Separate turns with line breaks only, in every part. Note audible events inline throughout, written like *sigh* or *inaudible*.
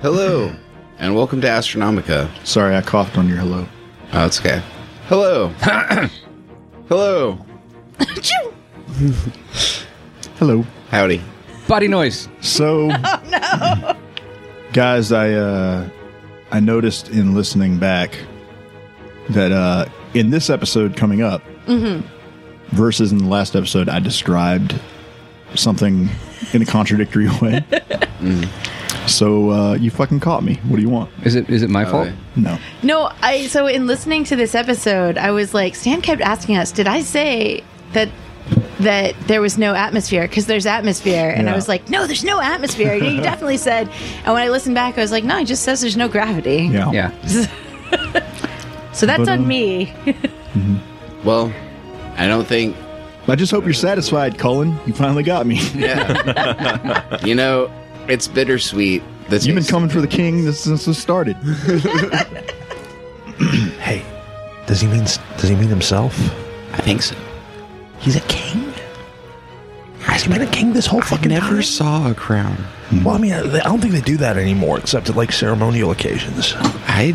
Hello, and welcome to Astronomica.
Sorry, I coughed on your hello.
Oh, it's okay. Hello. Hello.
Hello.
Howdy.
Body noise.
So, guys, I uh, I noticed in listening back that uh, in this episode coming up versus in the last episode, I described something in a contradictory *laughs* way. So uh, you fucking caught me. What do you want?
Is it is it my fault?
yeah.
No.
No, I so in listening to this episode, I was like, Stan kept asking us, did I say that that there was no atmosphere because there's atmosphere, and
Yeah.
I was like, no, there's no
*laughs*
atmosphere. you definitely said. And when I listened back, I was like, no, it just says there's no gravity.
Yeah.
Yeah.
So that's
But,
on
um,
me. *laughs*
Well, I don't think.
I just hope you're satisfied, Cullen. You finally got me.
Yeah. you know, it's bittersweet. That's
You've been coming for the king this, since this started.
Hey, does he mean does he mean himself?
I think so.
He's a king. Has he been a king this whole fucking
never
time?
saw a crown.
Well, I mean, I don't think they do that anymore, except at like ceremonial occasions.
I.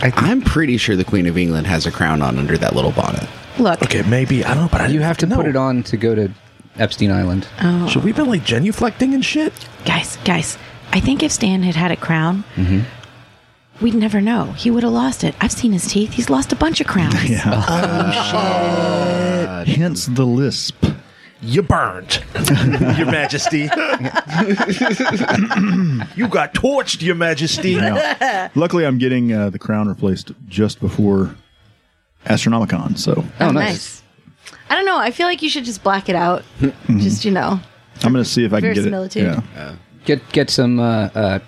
I'm pretty sure the Queen of England has a crown on under that little bonnet.
Look,
Okay, maybe I don't know, but I
You have to
know.
put it on to go to Epstein Island.
Should we have been like genuflecting and shit?
guys, guys, I think if Stan had had a crown.
Mm-hmm.
We'd never know. He would have lost it. I've seen his teeth. He's lost a bunch of crowns.
*laughs* Yeah. Hence the lisp.
You burned, *laughs* Your Majesty. *laughs* you got torched, Your Majesty.
Yeah. Luckily, I'm getting uh, the crown replaced just before Astronomicon, so
Oh,
I don't know. I feel like you should just black it out. just, you know.
I'm going to see if I can get it.
Verisimilitude.
Yeah.
Get get some uh, uh,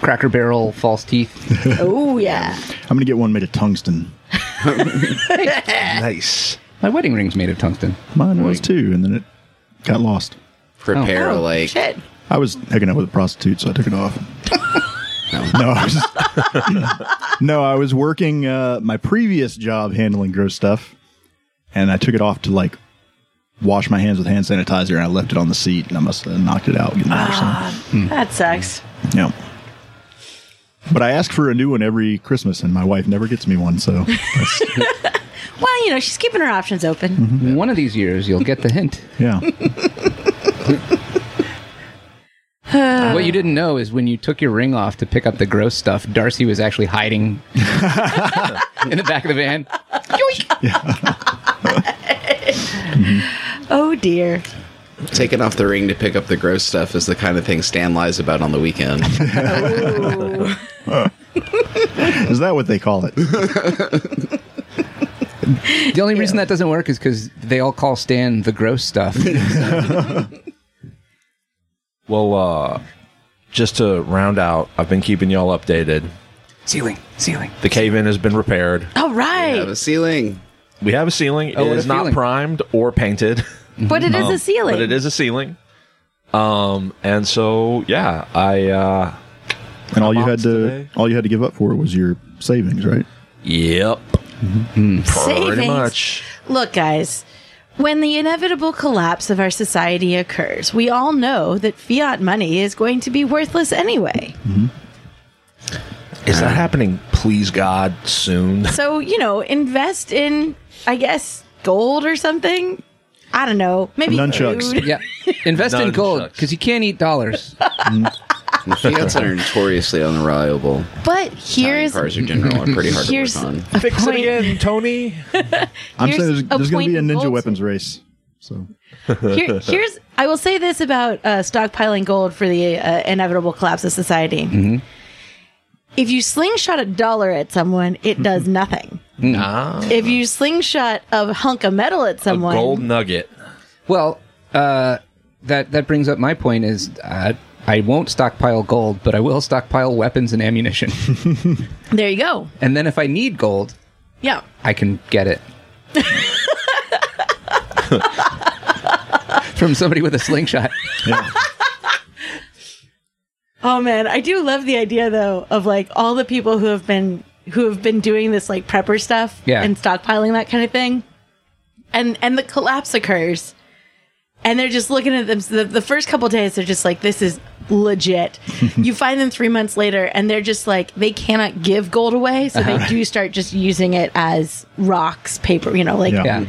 Cracker Barrel false teeth.
Oh, yeah.
I'm going to get one made of tungsten.
*laughs* Nice.
My wedding ring's made of tungsten.
Mine was too, and then it got lost.
Prepare
Oh,
like
shit.
I was hanging out with a prostitute, so I took it off. *laughs* no, I was no, I was *laughs* working uh, my previous job handling gross stuff, and I took it off to like wash my hands with hand sanitizer, and I left it on the seat, and I must have knocked it out. You know, or something.
That sucks.
Yeah. But I ask for a new one every Christmas, and my wife never gets me one.
*laughs*
So
Well, you know, she's keeping her options open.
*laughs* One of these years, you'll get the hint.
yeah,
what you didn't know is when you took your ring off to pick up the gross stuff, Darcy was actually *laughs* hiding in the back of the van.
Oh, dear.
taking off the ring to pick up the gross stuff is the kind of thing Stan lies about on the
*laughs*
weekend.
is that what they call it?
The only reason that doesn't work is because they all call Stan the gross stuff.
Well, uh, just to round out, I've been keeping y'all updated.
*laughs* ceiling, ceiling.
The cave in has been repaired.
All right.
Have a ceiling.
We have a ceiling.
Oh,
it
what
is
a
not
feeling.
primed or painted, *laughs*
but it is a ceiling.
but it is a ceiling. Um, and so yeah, I uh,
And all you
Box
had to
today.
all you had to give up for it was your savings, right?
yep,
Savings.
pretty much.
Look, guys, when the inevitable collapse of our society occurs, we all know that fiat money is going to be worthless anyway.
Hmm.
Is that happening? Please God,
*laughs*
soon.
So, you know, invest in, I guess, gold or something. I don't know. Maybe
Nunchucks.
food.
Yeah, invest in
Nunchucks.
gold because you can't eat dollars.
The Fiats are notoriously unreliable.
But here's
cars in general are pretty hard to
here's
work
*laughs*
on.
a
Fix
point.
it again, Tony.
I'm
Here's
saying
a
there's, there's going to
point
be a
in
ninja
gold.
weapons race. So
Here,
*laughs*
here's I will say this about uh, stockpiling gold for the uh, inevitable collapse of society. If you slingshot a dollar at someone, it does nothing. If you slingshot a hunk of metal at
A
someone,
gold nugget.
Well, uh, that that brings up my point is uh, I won't stockpile gold, but I will stockpile weapons and ammunition.
there you go.
and then if I need gold,
Yeah.
I can get
*laughs*
it from somebody with a slingshot.
Oh man, I do love the idea though of like all the people who have been who have been doing this like prepper stuff
Yeah.
and stockpiling that kind of thing. And and the collapse occurs. and they're just looking at them. So the, the first couple days, they're just like, "This is legit."
*laughs*
you find them three months later, and they're just like, they cannot give gold away, so
Uh-huh.
they do start just using it as rocks, paper, you know, like
Yeah.
Yeah. I mean,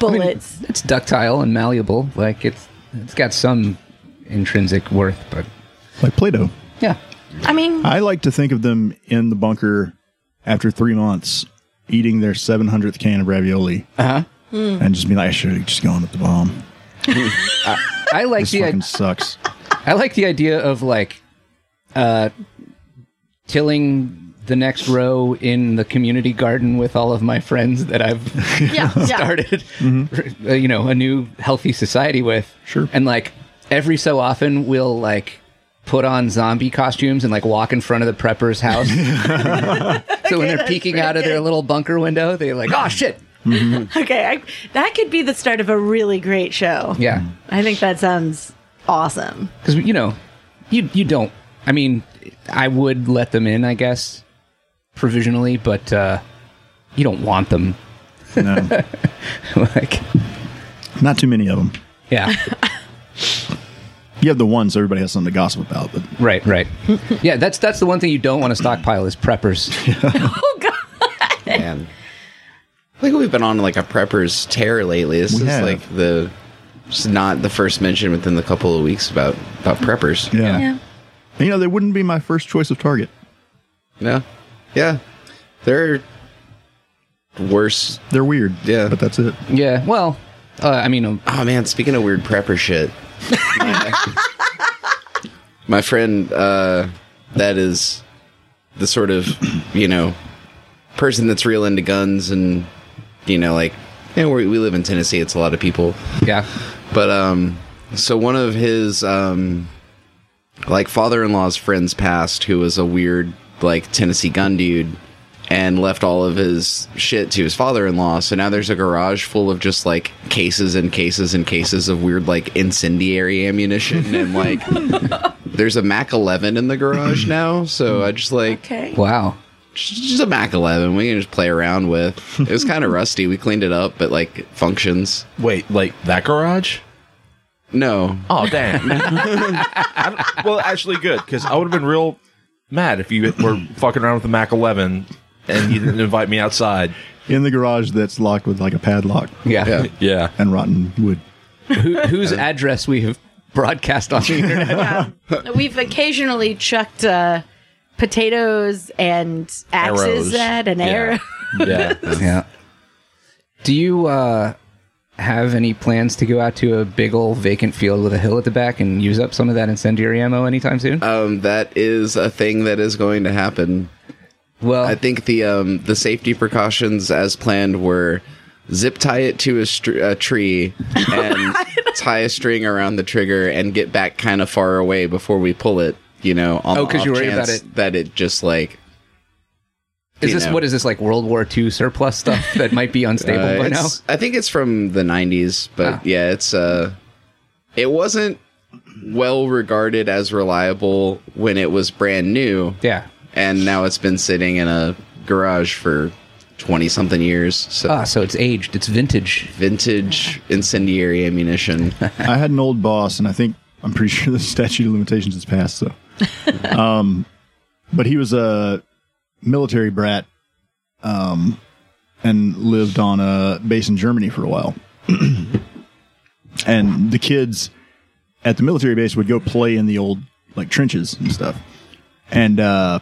bullets.
it's ductile and malleable. Like it's it's got some intrinsic worth, but
like Play-Doh.
yeah.
I mean,
I like to think of them in the bunker after three months eating their 700th can of ravioli. Uh-huh.
Hmm.
And just be like, I should have just gone with the bomb.
I like
This
the
fucking
idea.
sucks.
I like the idea of like uh, tilling the next row in the community garden with all of my friends that I've *laughs*
*laughs* yeah, yeah.
started, uh, you know, a new healthy society with.
Sure.
And like every so often, we'll like put on zombie costumes and like walk in front of the prepper's house. *laughs* so when they're peeking out of their little bunker window, they're like, "Oh shit!"
Okay, I, that could be the start of a really great show.
Yeah.
I think that sounds awesome.
because you know, you you don't. I mean, I would let them in, I guess, provisionally, but uh, you don't want them. *laughs*
No,
like,
not too many of them.
yeah,
You have the ones everybody has something to gossip about, but
right, right. Yeah, that's that's the one thing you don't want to stockpile is preppers.
Oh God.
And I think we've been on like a preppers tear lately. This
We
is
have.
like the it's not the first mention within the couple of weeks about about preppers.
yeah.
Yeah.
And, you know, they wouldn't be my first choice of target.
Yeah. Yeah. They're worse.
They're weird.
Yeah.
But that's it.
Yeah, well, uh, I mean, um,
Oh man, speaking of weird prepper shit. my friend uh that is the sort of, you know, person that's real into guns and you know like you know, we we live in Tennessee, it's a lot of people.
yeah,
But um, so one of his um, like father-in-law's friends passed, who was a weird like Tennessee gun dude, and left all of his shit to his father-in-law. So now there's a garage full of just like cases and cases and cases of weird like incendiary ammunition and like. There's a Mac 11 in the garage now, so I just like
Okay.
wow.
just a Mac 11 we can just play around with. It was kind of rusty. We cleaned it up, but like it functions.
Wait, like that garage?
No,
Oh,
*laughs*
damn. I don't- well, actually, good because I would have been real mad if you were fucking around with the Mac 11 and you didn't invite me outside.
In the garage that's locked with like a padlock
Yeah,
Yeah.
Yeah,
and rotten wood.
*laughs* Who, whose address we have broadcast on the internet?
We've occasionally chucked uh, potatoes and axes
Arrows.
at an
Yeah.
arrow.
*laughs*
yeah.
yeah. Do you uh, have any plans to go out to a big old vacant field with a hill at the back and use up some of that incendiary ammo anytime soon?
Um, that is a thing that is going to happen.
well,
I think the um, the safety precautions as planned were zip tie it to a, str- a tree and tie a string around the trigger and get back kind of far away before we pull it. You know, on
Oh,
the
'cause
off
you worry about
chance
it-
that it just like
Is
you
this
know.
what is this like World War II surplus stuff that might be unstable
uh,
by now?
it's- I think it's from the '90s, but
Ah.
yeah, it's uh, it wasn't well regarded as reliable when it was brand new.
Yeah.
and now it's been sitting in a garage for 20 something years so
Ah, so it's aged. It's vintage.
vintage incendiary ammunition *laughs*
*laughs* I had an old boss, and I think I'm pretty sure the statute of limitations has passed. So, um, but he was a military brat, um, and lived on a base in Germany for a while. *clears throat* and the kids at the military base would go play in the old like trenches and stuff, and uh,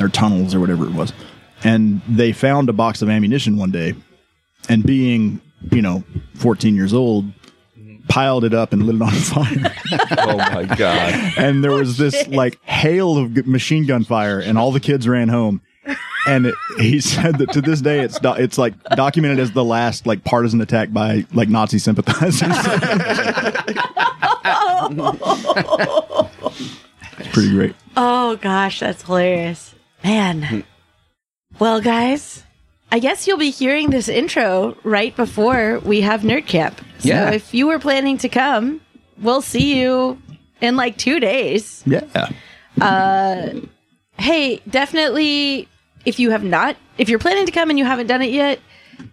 or tunnels or whatever it was. And they found a box of ammunition one day, and being you know 14 years old piled it up and lit it on fire.
Oh my god.
and there was this like hail of g- machine gun fire, and all the kids ran home. And it, he said that to this day, it's do- it's like documented as the last like partisan attack by like Nazi sympathizers. It's Pretty great.
Oh gosh, that's hilarious. Man. Well, guys, I guess you'll be hearing this intro right before we have Nerd Camp. So
Yeah.
if you were planning to come, we'll see you in like two days. Uh,
Yeah,
Hey, definitely if you have not if you're planning to come and you haven't done it yet,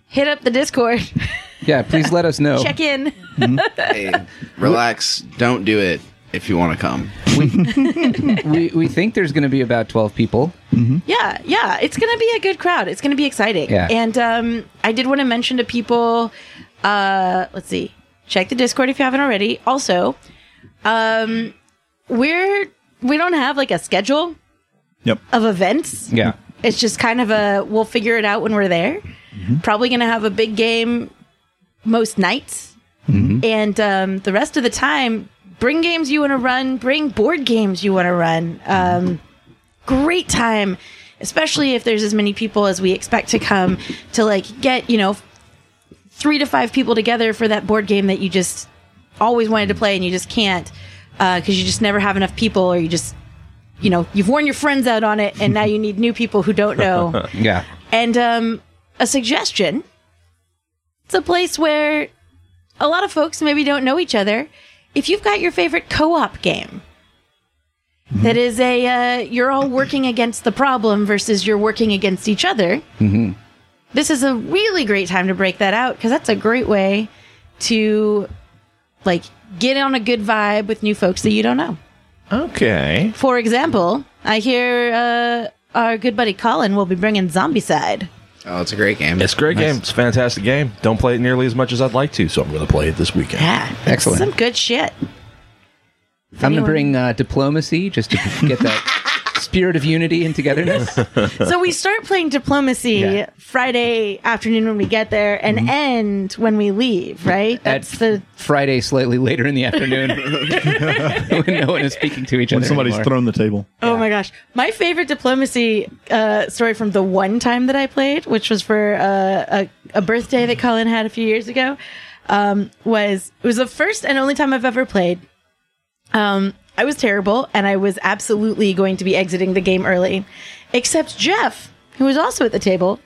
hit up the Discord. *laughs*
Yeah, please let us know.
Check in.
Hey, relax. Don't do it if you want to come.
We, we think there's going to be about 12 people.
Yeah, yeah. It's going to be a good crowd. It's going to be exciting.
Yeah.
And um, I did want to mention to people uh, let's see, check the Discord if you haven't already. Also, um, we're, we don't have like a schedule
Yep.
of events.
Yeah.
It's just kind of a we'll figure it out when we're there.
Mm-hmm.
Probably going to have a big game most nights. And um, the rest of the time, bring games you want to run, bring board games you want to run. Um, great time, especially if there's as many people as we expect to come to like get, you know, three to five people together for that board game that you just always wanted to play and you just can't because you just never have enough people or you just you know you've worn your friends out on it and now you need new people who don't know
Yeah.
and um, a suggestion it's a place where a lot of folks maybe don't know each other if you've got your favorite co-op game that is a uh, you're all working against the problem versus you're working against each other this is a really great time to break that out because that's a great way to like get on a good vibe with new folks that you don't know
Okay.
for example i hear uh, our good buddy colin will be bringing zombie side
Oh, it's a great game.
It's a great game. It's a fantastic game. Don't play it nearly as much as I'd like to, so I'm going to play it this weekend.
Yeah, it's
Excellent.
Some good shit.
I'm going to
anyone-
bring uh, diplomacy just to get
*laughs*
that spirit of unity and togetherness.
so we start playing diplomacy
Yeah. Mm-hmm.
Friday afternoon when we get there, and end when we leave. Right?
At
That's the
Friday, slightly later in the afternoon, *laughs* when no one is speaking to each
When
other.
somebody's
anymore.
thrown the table.
Oh my gosh. My favorite diplomacy uh, story from the one time that I played, which was for uh, a, a birthday that Colin had a few years ago, um, was it was the first and only time I've ever played. Um, I was terrible and I was absolutely going to be exiting the game early, except Jeff, who was also at the table,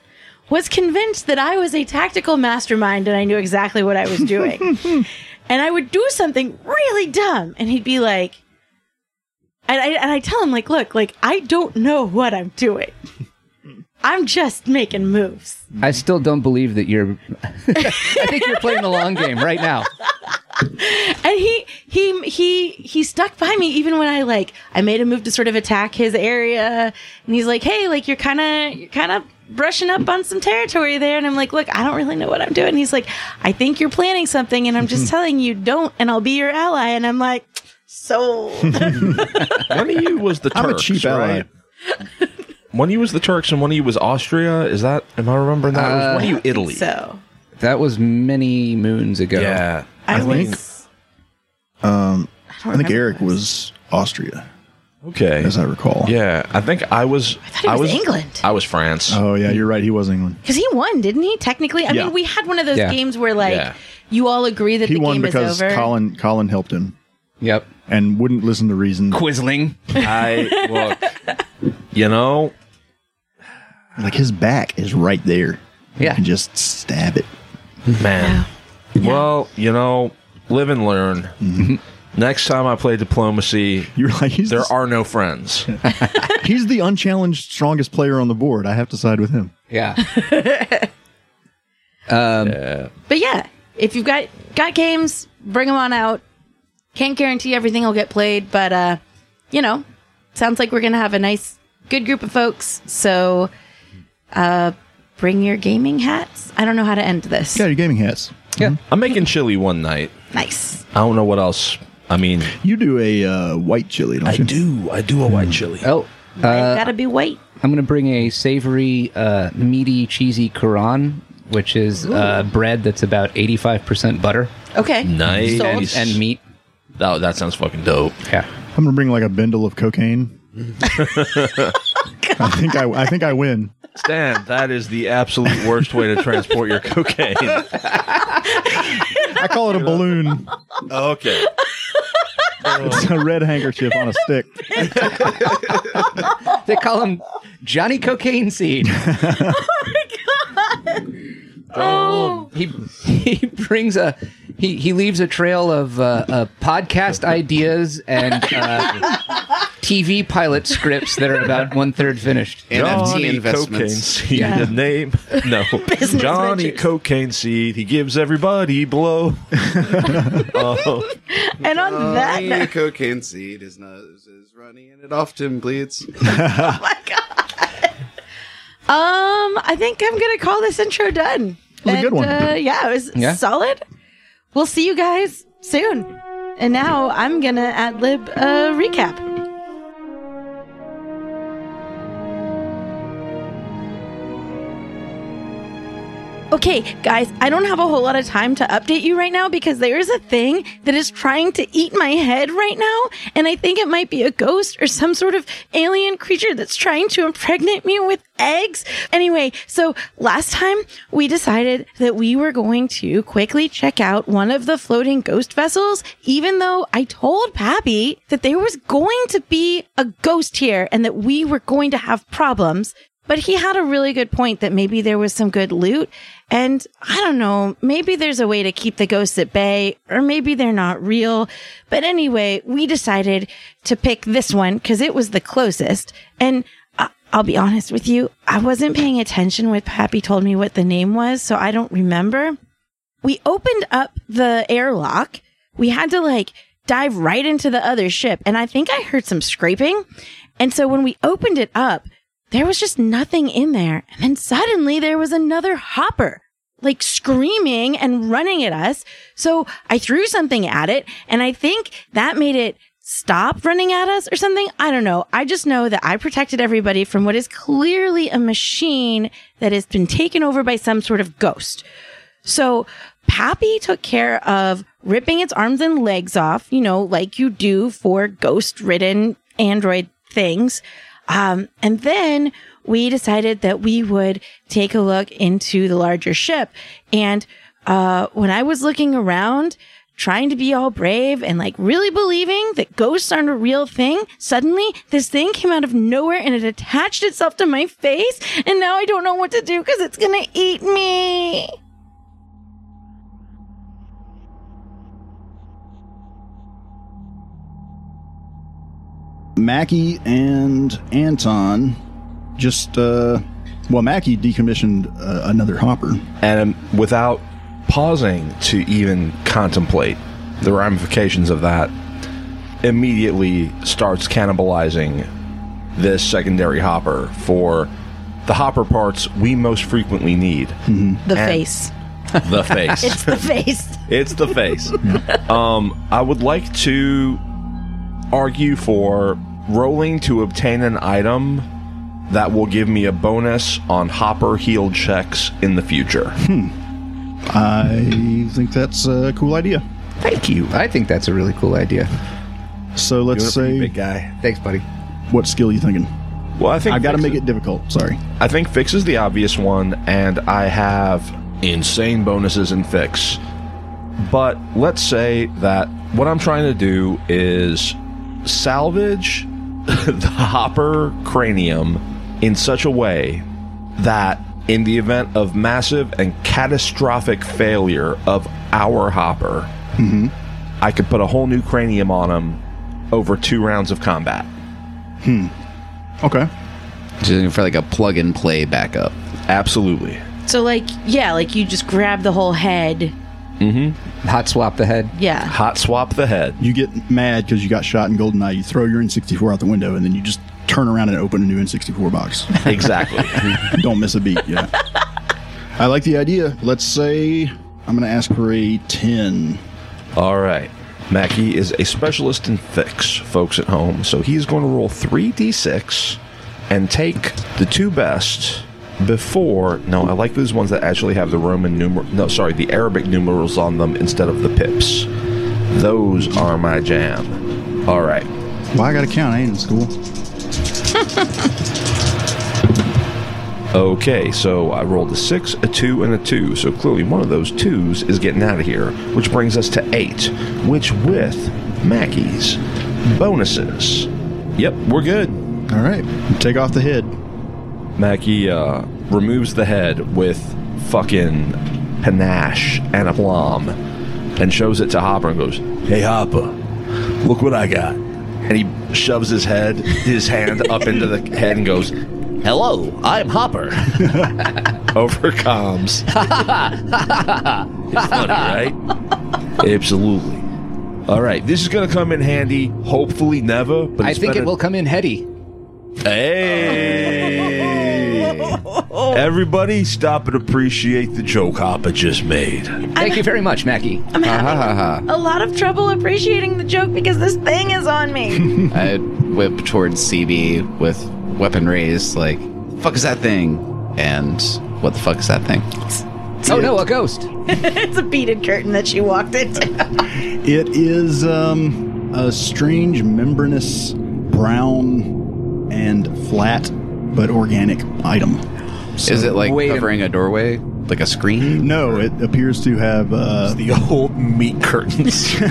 was convinced that I was a tactical mastermind and I knew exactly what I was doing. and I would do something really dumb, and he'd be like, and I, and I tell him like, look, like I don't know what I'm doing. I'm just making moves.
I still don't believe that you're. *laughs* I think you're playing the long game right now.
And he he he he stuck by me even when I like I made a move to sort of attack his area, and he's like, hey, like you're kind of you're kind of brushing up on some territory there, and I'm like, look, I don't really know what I'm doing. And he's like, I think you're planning something, and I'm just
*laughs*
telling you don't, and I'll be your ally. And I'm like, sold.
One of you was the Turks,
I'm a cheap ally.
right? One of you was the Turks and one of you was Austria. Is that, am I remembering that? It was one of you Italy.
so
That was many moons ago.
Yeah.
I,
think-
was.
I, think Eric was Austria,
Okay.
as I recall.
Yeah. I think I was, I
thought it was England.
I was France.
Oh yeah, you're right. He was England.
Because he won, didn't he? Technically, I
Yeah.
mean, we had one of those
Yeah.
games where like
Yeah.
you all agree that
He
the
won
game is
because
over.
Colin Colin helped him
Yep.
and wouldn't listen to reason.
Quizzling.
I, look, you know,
Like his back is right there.
Yeah.
You can just stab it. *laughs*
Man. Well, you know, live and learn. Next time I play diplomacy,
You're like he's
there
the,
are no friends.
he's the unchallenged strongest player on the board. I have to side with him.
Yeah.
But yeah, if you've got got games, bring them on out. Can't guarantee everything will get played, but uh, you know, sounds like we're gonna have a nice, good group of folks. So, uh, bring your gaming hats. I don't know how to end this.
Yeah, your gaming hats.
Yeah.
I'm making chili one night.
Nice.
I don't know what else. I mean,
You do a uh, white chili, don't you?
do. I do a white chili.
*laughs* Oh,
I've gotta be white.
I'm gonna bring a savory, uh, meaty, cheesy Quran, which is uh, bread that's about 85% butter
Okay.
Mm-hmm.
nice.
Sold.
and meat.
Oh, that sounds fucking dope.
Yeah.
I'm gonna bring like a bindle
*laughs*
of cocaine. I think I, I think I win.
Stan, that is the absolute worst way to transport your cocaine.
I call it a balloon.
*laughs* Okay.
*laughs* It's a red handkerchief on a stick.
*laughs* They call him Johnny Cocaine *laughs* Seed.
Oh,
he he brings a he he leaves a trail of uh, uh, podcast ideas and uh, TV pilot scripts that are about one third finished.
NFT
Cocaine
investments.
Seed.
Yeah.
The *laughs* name? No.
Business
Johnny
ventures.
Cocaine Seed. He gives everybody blow. oh,
And on that
Johnny
note,
cocaine seed is not is running it often bleeds.
um, I think I'm gonna call this intro done.
was a good one.
Uh, yeah, it was
Yeah.
solid. We'll see you guys soon. And now I'm gonna ad lib a recap. Okay, guys, I don't have a whole lot of time to update you right now because there is a thing that is trying to eat my head right now, and I think it might be a ghost or some sort of alien creature that's trying to impregnate me with eggs. Anyway, so last time we decided that we were going to quickly check out one of the floating ghost vessels, even though I told Pappy that there was going to be a ghost here and that we were going to have problems. But he had a really good point that maybe there was some good loot. And I don't know, maybe there's a way to keep the ghosts at bay, or maybe they're not real. But anyway, we decided to pick this one because it was the closest. And I- I'll be honest with you, I wasn't paying attention when Pappy told me what the name was, so I don't remember we opened up the airlock. We had to like dive right into the other ship. And I think I heard some scraping. And so when we opened it up, there was just nothing in there. And then suddenly there was another hopper like screaming and running at us. So I threw something at it. And I think that made it stop running at us or something. I don't know. I just know that I protected everybody from what is clearly a machine that has been taken over by some sort of ghost. So Pappy took care of ripping its arms and legs off, you know, like you do for ghost ridden Android things. Um, and then we decided that we would take a look into the larger ship. And uh, when I was looking around, trying to be all brave and like really believing that ghosts aren't a real thing, suddenly this thing came out of nowhere and it attached itself to my face. And now I don't know what to do because it's going to eat me.
Mackie and Anton just, uh, well, Mackie decommissioned uh, another hopper.
and um, without pausing to even contemplate the ramifications of that, immediately starts cannibalizing this secondary hopper for the hopper parts we most frequently need
The
And-
face.
*laughs* the face.
It's the face.
It's the
*laughs*
face. um, I would like to argue for rolling to obtain an item that will give me a bonus on hopper heal checks in the *laughs* future.
I think that's a cool idea.
Thank you. I think that's a really cool idea.
So let's say,
guy.
Thanks, buddy.
what skill you thinking?
Well, I think
I got to
fix
make it difficult. Sorry.
I think fix is the obvious one, and I have insane bonuses in fix. But let's say that what I'm trying to do is salvage *laughs* the hopper cranium in such a way that in the event of massive and catastrophic failure of our hopper,
Mm-hmm.
I could put a whole new cranium on him over two rounds of combat.
Okay.
Just looking for like a plug and play backup.
Absolutely.
So, like, yeah, like you just grab the whole head.
Hot swap the head.
Yeah.
Hot swap the head.
You get mad because you got shot in GoldenEye. You throw your N64 out the window and then you just turn around and open a new N64 box. *laughs*
Exactly.
Don't miss a beat. Yeah. I like the idea. Let's say I'm going to ask for a 10.
*laughs* All right. Mackie is a specialist in fix, folks at home. So he's going to roll 3d6 and take the two best before. No, I like those ones that actually have the Roman numeral. No, sorry, the Arabic numerals on them instead of the pips. Those are my jam. All right.
Well, I got to count. I ain't in school.
Okay, so I rolled a 6, a 2, and a 2. So clearly one of those 2s is getting out of here, which brings us to 8, which with Mackie's bonuses. Yep, we're good.
All right. Take off the head.
Mackie uh, removes the head with fucking panache and aplomb and shows it to Hopper and goes,
Hey, Hopper, look what I got.
and he shoves his head, his hand up into the head, and goes, "Hello,
*laughs*
I'm Hopper." Over comms. it's funny, right? Absolutely. All right, this is going to come in handy. Hopefully, never. But
I
it's
think
better-
it will come in heady.
Hey! *laughs* Everybody, stop and appreciate the joke Hopper just made.
Thank you very much, Mackie.
I'm having a lot of trouble appreciating the joke because this thing is on *laughs* me.
I whip towards CB with weapon raised, like, fuck is that thing? And what the fuck is that thing?
Oh no, a ghost.
it's a beaded curtain that she walked into.
It is um, a strange membranous brown and flat but organic item.
is it like
wait a-
covering a, doorway? Like a screen?
No, it appears to have uh,
The old meat curtains.
oh,
*laughs*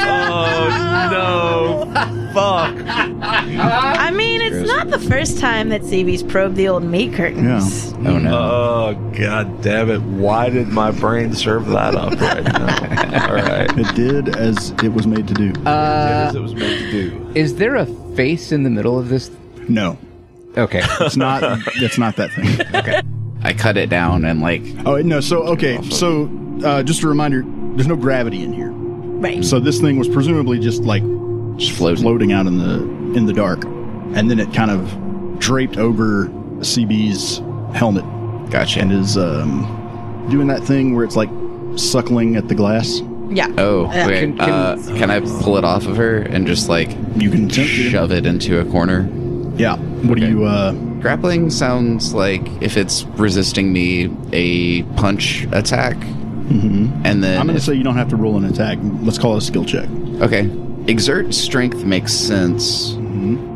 oh no! Fuck!
I mean, it's not the first time that CB's probed the old meat curtains.
Oh no.
Oh god damn it! Why did my brain serve that up right now? All right,
it did as it was made to do.
Uh.
It is- it was meant to do.
Is there a face in the middle of this?
no,
Okay.
it's not. it's not that thing.
*laughs* I cut it down and like
Oh no. So okay. So uh, just a reminder: there's no gravity in here.
Right.
So this thing was presumably just like
just floating.
floating out in the in the dark, and then it kind of draped over CB's helmet
Gotcha.
and is um, doing that thing where it's like suckling at the glass.
Yeah.
oh, okay.
can-
Can,
can-
uh, can I pull it off of her and just like
You can attempt to.
shove it into a corner?
Yeah. What do
Okay.
you? Uh,
Grappling sounds like if it's resisting me, a punch attack. Mm-hmm. And then
I'm going
if-
to say you don't have to roll an attack. Let's call it a skill check.
Okay. Exert strength makes sense.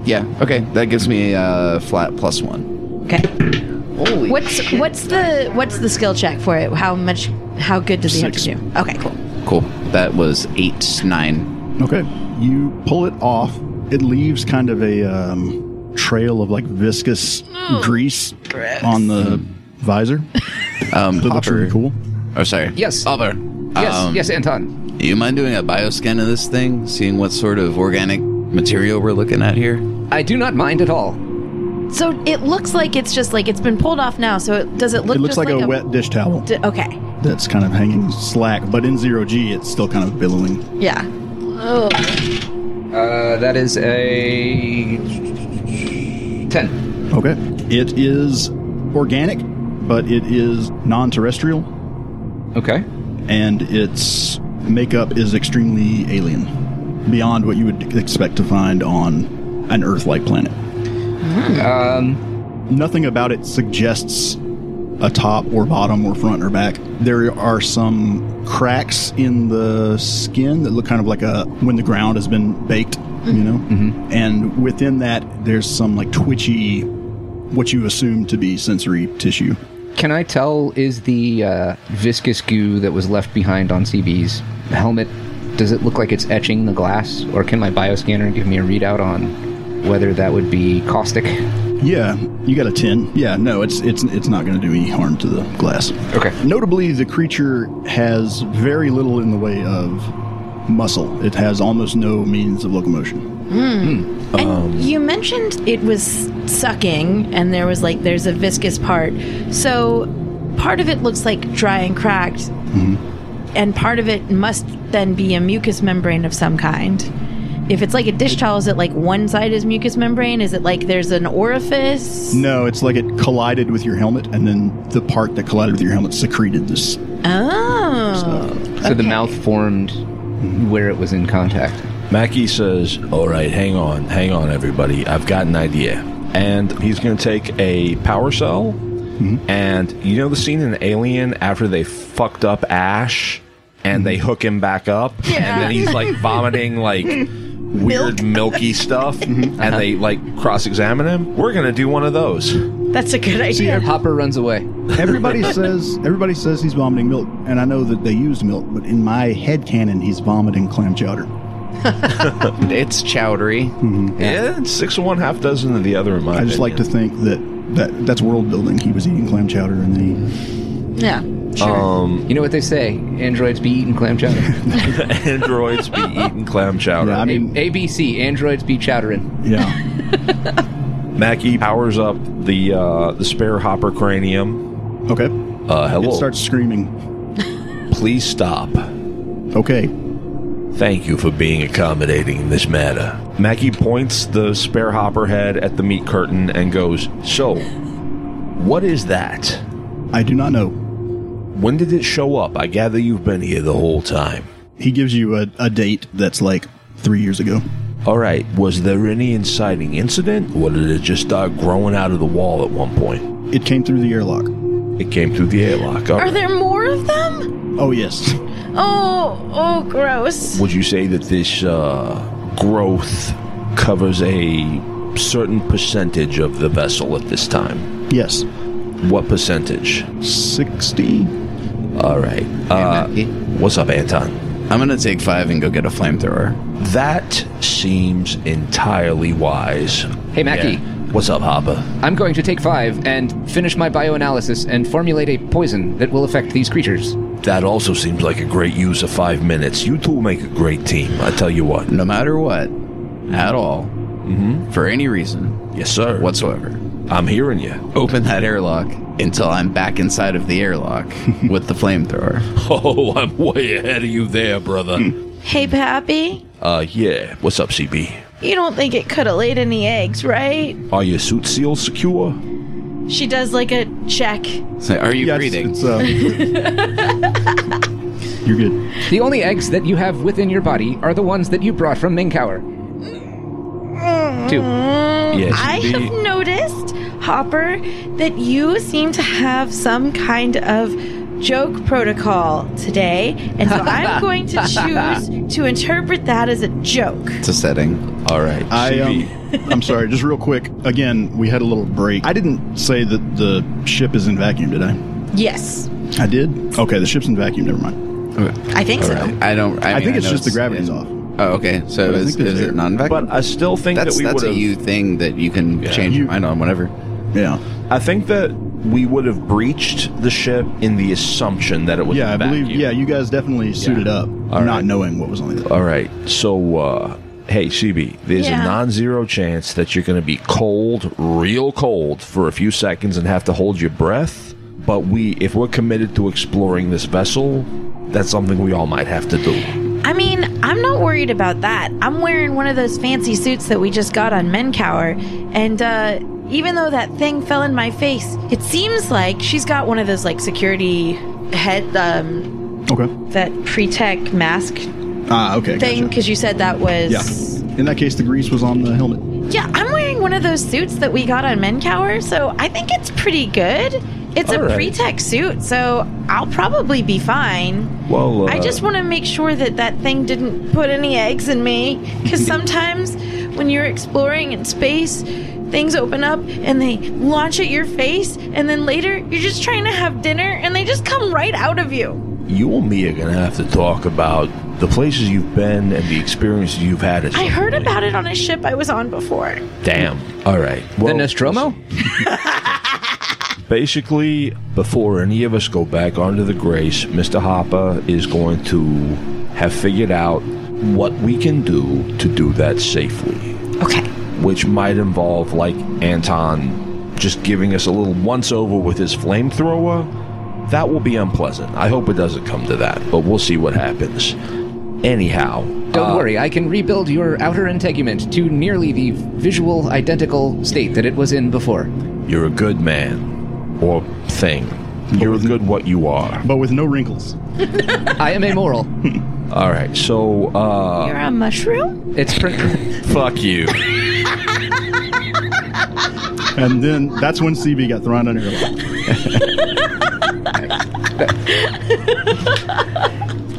Yeah. Okay. That gives me a uh, flat plus one.
Okay.
Holy
What's what's the what's the skill check for it? How much? How good does he have to
Six.
do? Okay. Cool.
cool. That was eight nine.
Okay. You pull it off. It leaves kind of a um, trail of like viscous grease on the *laughs* visor.
Um,
That looks
Hopper.
really cool.
Oh, sorry.
Yes.
Hopper.
*laughs* Yes.
Um,
yes, Anton.
Do you mind doing a bioscan of this thing, seeing what sort of organic material we're looking at here?
I do not mind at all.
So it looks like it's just like it's been pulled off now. So it, does it look?
It looks
just
like, a, wet dish towel
d- okay.
that's kind of hanging slack, but in zero G, it's still kind of billowing.
Yeah.
Uh, that is a ten.
Okay. It is organic, but it is non terrestrial,
Okay.
and its makeup is extremely alien, beyond what you would expect to find on an Earth like planet.
Um,
Nothing about it suggests a top or bottom or front or back. There are some cracks in the skin that look kind of like a when the ground has been baked, you know. And within that, there's some like twitchy, what you assume to be sensory tissue.
can I tell? Is the uh, viscous goo that was left behind on CB's helmet? Does it look like it's etching the glass, or can my bioscanner give me a readout on whether that would be caustic? *laughs*
Yeah, you got a tin. Yeah, no, it's it's it's not going to do any harm to the glass.
Okay.
Notably, the creature has very little in the way of muscle. It has almost no means of locomotion.
And you mentioned it was sucking, and there was like there's a viscous part. So part of it looks like dry and cracked,
Mm-hmm.
and part of it must then be a mucous membrane of some kind. If it's like a dish towel, is it like one side is mucous membrane? Is it like there's an orifice?
No, it's like it collided with your helmet, and then the part that collided with your helmet secreted this.
Oh,
So the mouth formed where it was in contact.
Mackie says, All right, hang on, hang on, everybody. I've got an idea. And he's going to take a power cell. And you know the scene in Alien after they fucked up Ash and they hook him back up? And then he's like vomiting like weird milky stuff. And they like cross examine him. We're going to do one of those.
that's a good idea.
Hopper runs away.
*laughs* Everybody says everybody says he's vomiting milk, and I know that they used milk, but in my head canon, he's vomiting clam chowder.
It's chowdery.
Yeah, it's six of one, half dozen of the other, in my
I just like to think that, that that's world building. He was eating clam chowder, and then he
Yeah.
Um,
You know what they say? Androids be eating clam chowder.
*laughs* Androids be eating clam chowder.
Yeah, I mean-
A- ABC, androids be chowdering.
*laughs* Yeah.
Mackie powers up the uh, the spare hopper cranium.
Okay.
Uh, hello.
It starts screaming.
Please stop.
Okay.
Thank you for being accommodating in this matter.
Mackie points the spare hopper head at the meat curtain and goes, "So, what is that?
I do not know.
When did it show up? I gather you've been here the whole time."
He gives you a, a date that's like three years ago.
All right, was there any inciting incident, or did it just start growing out of the wall at one point?
It came through the airlock.
It came through the airlock. All
Are
right.
there more of them?
Oh, yes.
Oh, oh, gross.
Would you say that this uh, growth covers a certain percentage of the vessel at this time?
Yes.
What percentage?
60.
All right. Uh,
Mackie?
what's up, Anton?
I'm gonna take five and go get a flamethrower.
That seems entirely wise.
Hey, Mackie.
What's up, Hopper?
I'm going to take five and finish my bioanalysis and formulate a poison that will affect these creatures.
That also seems like a great use of five minutes. You two make a great team. I tell you what.
No matter what, at all, mm-hmm. for any reason
Yes, sir.
whatsoever.
I'm hearing you. *laughs*
Open that airlock until I'm back inside of the airlock
*laughs*
with the flamethrower.
Oh, I'm way ahead of you there, brother.
Hey, Pappy,
uh, yeah. What's up, CB?
you don't think it could have laid any eggs, right?
Are your suit seals secure?
She does like a check.
So, are you
Yes,
breathing?
it's,
*laughs*
uh, you're good.
The only eggs that you have within your body are the ones that you brought from Minkower. Two.
Yes,
I have noticed, Hopper, that you seem to have some kind of joke protocol today, and
*laughs*
so I'm going to choose to interpret that as a joke.
It's a setting.
All right.
I,
CB.
um, I'm sorry, just real quick. Again, we had a little break. I didn't say that the ship is in vacuum, did I?
Yes,
I did? Okay, the ship's in vacuum. Never mind.
I think so.
I don't. I,
I
mean,
think it's
know
just the gravity's
in-
off.
Oh, okay. So
But I
is,
think there's
is
air.
it non-vacuum?
but I still think
that's
that we would
that's a
have.
you thing that you can
Yeah.
change
You-
your mind on whenever.
Yeah.
I think that we would have breached the ship in the assumption that it was.
Yeah, I
in vacuum.
believe. Yeah, you guys definitely suited up, not knowing what was on the other.
All right. So, uh, hey, CB, there's
Yeah.
a non zero chance that you're going to be cold, real cold, for a few seconds and have to hold your breath. But we, if we're committed to exploring this vessel, that's something we all might have to do.
I mean, I'm not worried about that. I'm wearing one of those fancy suits that we just got on Mencower, and uh, even though that thing fell in my face, it seems like she's got one of those like security head um,
Okay.
that pre-tech mask
Ah, okay.
thing
Gotcha.
because you said that
Yeah.
was
In that case, the grease was on the helmet.
Yeah, I'm wearing one of those suits that we got on Mencower, so I think it's pretty good. It's a
All right.
pre-tech suit, so I'll probably be fine.
Well, uh,
I just want to make sure that that thing didn't put any eggs in me.
*laughs*
Because sometimes when you're exploring in space, things open up and they launch at your face, and then later you're just trying to have dinner and they just come right out of you.
you and me are going to have to talk about the places you've been and the experiences you've had. At
I
some
heard
point.
about it on a ship I was on before.
Damn. All right.
The
Well,
Nostromo?
Basically, before any of us go back onto the Grace, Mr. Hopper is going to have figured out what we can do to do that safely,
Okay.
which might involve, like Anton, just giving us a little once over with his flamethrower. That will be unpleasant. I hope it doesn't come to that, but we'll see what happens. Anyhow,
Don't worry, I can rebuild your outer integument to nearly the visual identical state that it was in before.
you're a good man or thing. You're good what you are.
But with no wrinkles.
I am amoral.
All right, so uh
You're a mushroom?
It's print.
fuck you.
And then that's when CB got thrown under airlock.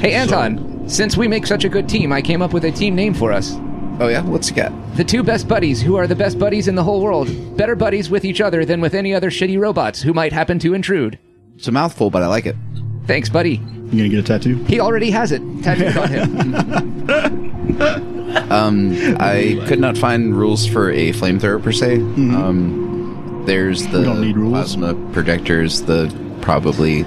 Hey, Anton, since we make such a good team, I came up with a team name for us.
Oh yeah, what's you got?
The two best buddies who are the best buddies in the whole world. Better buddies with each other than with any other shitty robots who might happen to intrude.
It's a mouthful, but I like it.
Thanks, buddy.
You gonna get a tattoo?
He already has it tattooed on him.
I could not find rules for a flamethrower per se. Um, there's the
Mm-hmm. don't need rules.
plasma projectors, the probably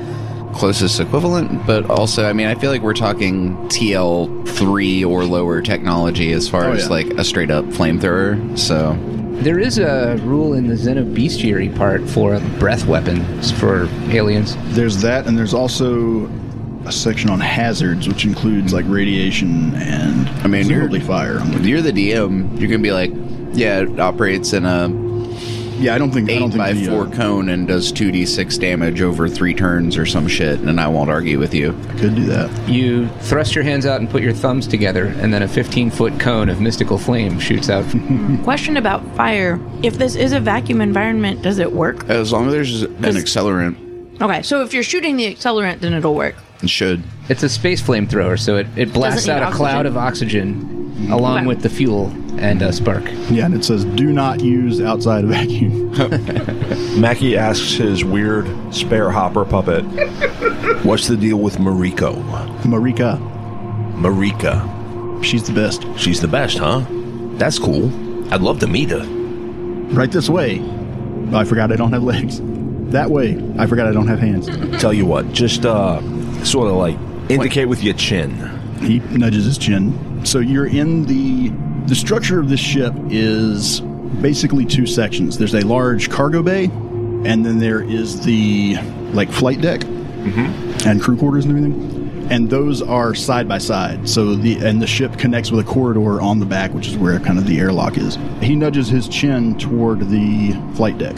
closest equivalent, but also, I mean, I feel like we're talking TL3 or lower technology as far
Oh,
as
yeah.
like a straight up flamethrower. So,
There is a rule in the xenobestiary part for breath weapons for aliens.
There's that, and there's also a section on hazards, which includes like radiation and
I mean, you're-
presumably fire. I'm
if
like,
you're the DM, you're going to be like, yeah, it operates in a
yeah, I don't think I
8
don't think
by
the,
4
uh,
cone and does 2d6 damage over three turns or some shit, and I won't argue with you.
could do that.
You thrust your hands out and put your thumbs together, and then a 15 foot cone of mystical flame shoots out.
Question about fire. If this is a vacuum environment, does it work?
Uh,
As long as there's an
Does-
accelerant,
Okay, so if you're shooting the accelerant, then it'll work.
it should.
it's a space flamethrower, so it, it blasts
Doesn't
out
need
a cloud
oxygen.
of oxygen along
Okay.
with the fuel and a spark.
Yeah, and it says do not use outside vacuum. *laughs*
*laughs* Mackie asks his weird spare hopper puppet, What's the deal with Mariko?
Marika,
Marika.
she's the best.
She's the best, huh? That's cool. I'd love to meet her.
Right this way. I forgot I don't have legs. That way. I forgot I don't have hands.
Tell you what, just uh, sort of like indicate with your chin.
He nudges his chin. So you're in the the structure of this ship is basically two sections. There's a large cargo bay, and then there is the like flight deck and crew quarters and everything. And those are side by side. So the and the ship connects with a corridor on the back, which is where kind of the airlock is. He nudges his chin toward the flight deck.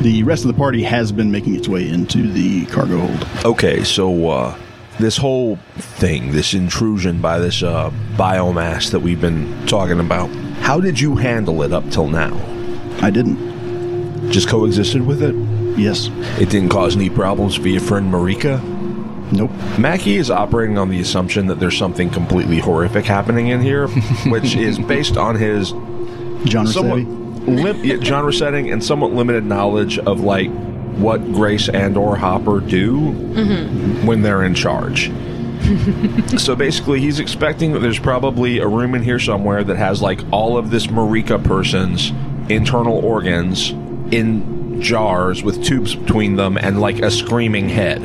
The rest of the party has been making its way into the cargo hold.
Okay, so uh, this whole thing, this intrusion by this uh, biomass that we've been talking about, how did you handle it up till now?
I didn't.
Just coexisted with it?
Yes.
It didn't cause any problems for your friend Marika?
Nope.
Mackie is operating on the assumption that there's something completely horrific happening in here, which is based on his
John
somewhat
Rossetti.
lim- yeah, genre setting and somewhat limited knowledge of like what Grace and or Hopper do when they're in charge. so basically, he's expecting that there's probably a room in here somewhere that has like all of this Marika person's internal organs in jars with tubes between them and like a screaming head.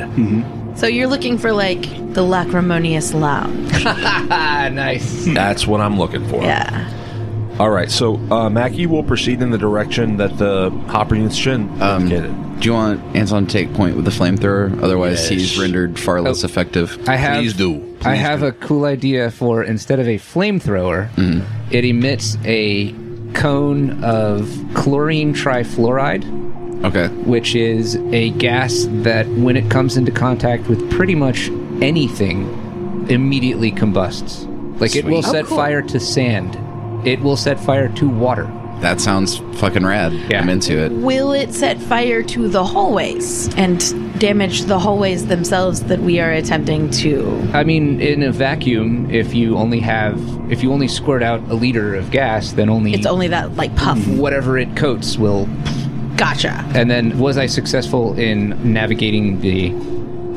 So you're looking for like the lacrimonious lounge.
Ah, nice.
That's what I'm looking for.
Yeah.
All right, so uh, Mackie will proceed in the direction that the Hopper unit's chin indicated.
Do you want Anton to take point with the flamethrower? Otherwise,
Yes.
he's rendered far less
Oh.
effective.
I have,
Please do.
I have a cool idea for instead of a flamethrower,
Mm-hmm.
it emits a cone of chlorine trifluoride.
Okay.
which is a gas that, when it comes into contact with pretty much anything, immediately combusts. Like it will
Sweet. Oh,
set
cool.
fire to sand, it will set fire to water.
That sounds fucking rad.
Yeah.
I'm into it.
Will it set fire to the hallways and damage the hallways themselves that we are attempting to?
I mean, in a vacuum, if you only have, if you only squirt out a liter of gas, then only
It's only that like puff.
whatever it coats will.
Gotcha.
And then, was I successful in navigating the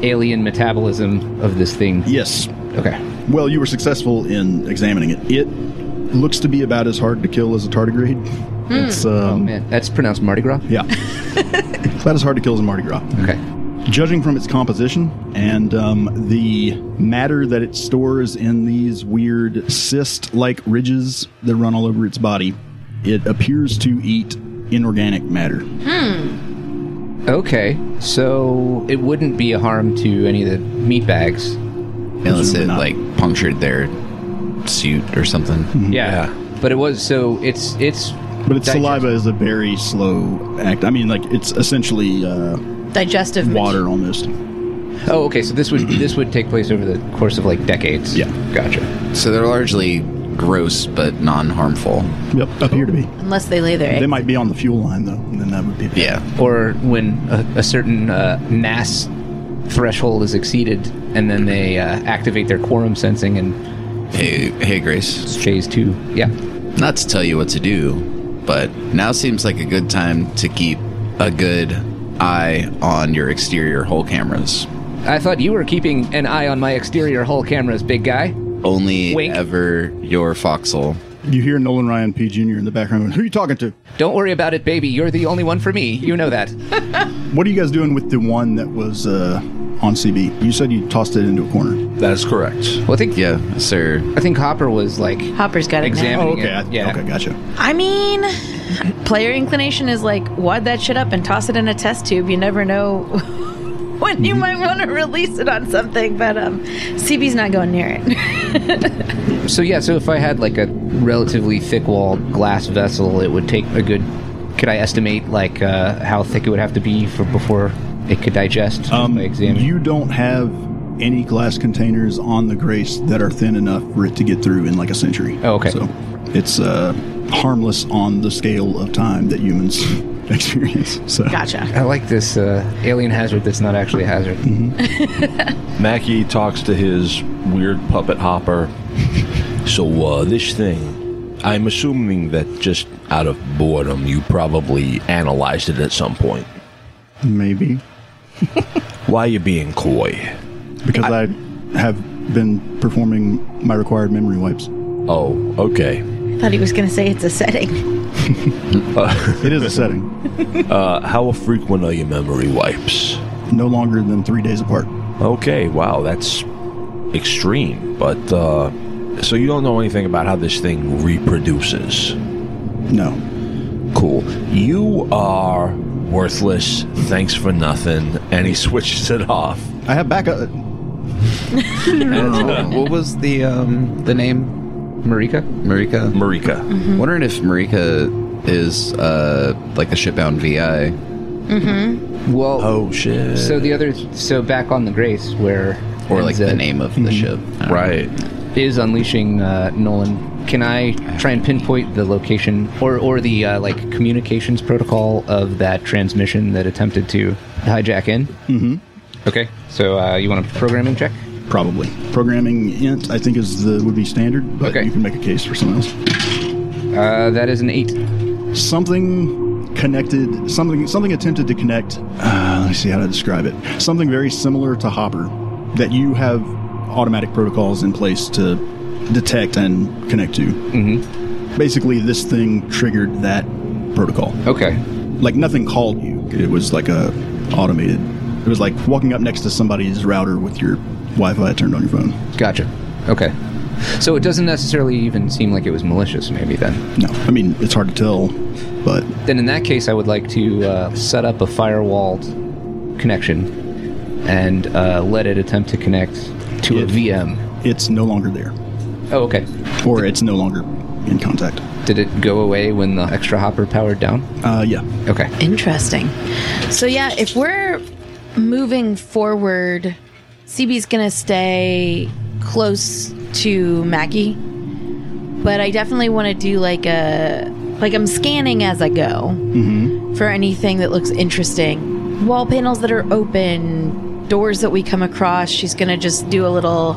alien metabolism of this thing?
Yes.
Okay.
Well, you were successful in examining it. It looks to be about as hard to kill as a tardigrade. It's
Oh
um,
man, that's pronounced Mardi Gras.
yeah, about as hard to kill as a Mardi Gras.
Okay.
Judging from its composition and um, the matter that it stores in these weird cyst-like ridges that run all over its body, it appears to eat inorganic matter.
Okay, so it wouldn't be a harm to any of the meat bags.
Unless it
not.
like punctured their suit or something.
Yeah. But it was so it's it's
But its
digest-
saliva is a very slow act. I mean, like it's essentially uh,
Digestive mat-
water almost.
Oh, okay, so this would this would take place over the course of like decades.
Yeah.
Gotcha.
So they're largely gross but non harmful.
Yep, appear to be.
Unless they lay their egg.
They might be on the fuel line though, and then that would be bad.
Yeah.
Or when a, a certain uh, NAS threshold is exceeded and then they uh, activate their quorum sensing in
Hey, hey, Grace.
phase 2. Yeah.
Not to tell you what to do, but now seems like a good time to keep a good eye on your exterior hull cameras.
I thought you were keeping an eye on my exterior hull cameras, big guy.
Only
Wink.
ever your foxhole.
You hear Nolan Ryan P. Jr. in the background. going, Who are you talking to?
Don't worry about it, baby. You're the only one for me. You know that.
What are you guys doing with the one that was uh, on CB. You said you tossed it into a corner.
That is correct.
Well, I think
Yeah, sir.
I think Hopper was like
Hopper's got it
Examine.
now.
Oh,
Meaning
okay.
it-
I,
yeah.
Okay, gotcha.
I mean, player inclination is like wad that shit up and toss it in a test tube. You never know *laughs* when you might want to release it on something, but um, CB's not going near it.
so. Yeah, so if I had like a relatively thick-walled glass vessel, it would take a good. Could I estimate like uh, how thick it would have to be for before it could digest?
Um,
by examining?
you don't have any glass containers on the Grace that are thin enough for it to get through in like a century.
Oh, okay.
So it's uh, harmless on the scale of time that humans *laughs* experience. So
Gotcha.
I like this uh, alien hazard that's not actually a hazard.
Mackie talks to his weird puppet hopper. So, uh, this thing, I'm assuming that just out of boredom, you probably analyzed it at some point.
Maybe
Why are you being coy?
because I, have been performing my required memory wipes.
Oh, okay.
I thought he was going to say it's a setting.
It is a setting,
Uh, how frequent are your memory wipes?
no longer than three days apart.
Okay, wow, that's extreme. But, uh, so you don't know anything about how this thing reproduces.
No,
Cool. You are worthless. Thanks for nothing. And he *laughs* switches it off.
I have backup.
what was the um the name?
Marika?
Marika. Mm-hmm.
Marika.
Wondering if Marika is uh like a shipbound VI.
Well,
Oh, shit.
so the other, so back on the Grace where
Or like the
Enza
name of the ship. I don't know.
right.
is unleashing uh, Nolan. Can I try and pinpoint the location or or the uh, like communications protocol of that transmission that attempted to hijack in? Mm-hmm. Okay, so uh, you want a programming check?
Probably programming int. I think is the would be standard, but
Okay.
you can make a case for someone else.
Uh, that is an eight.
something connected something something attempted to connect uh, let me see how to describe it something very similar to hopper that you have automatic protocols in place to detect and connect to mm-hmm. basically this thing triggered that protocol
Okay,
like nothing called you it was like a automated it was like walking up next to somebody's router with your wi-fi turned on your phone
gotcha. Okay, so it doesn't necessarily even seem like it was malicious. Maybe then.
no i mean it's hard to tell but
Then in that case, I would like to uh, set up a firewalled connection and uh, let it attempt to connect to a
It-
VM.
it's no longer there
Oh, okay.
or it's no longer in contact
Did it go away when the extra hopper powered down?
uh, yeah
Okay.
Interesting. So, yeah, if we're moving forward, CB's going to stay close to Maggie, but I definitely want to do like a. Like I'm scanning as I go for anything that looks interesting. Wall panels that are open, doors that we come across. She's going to just do a little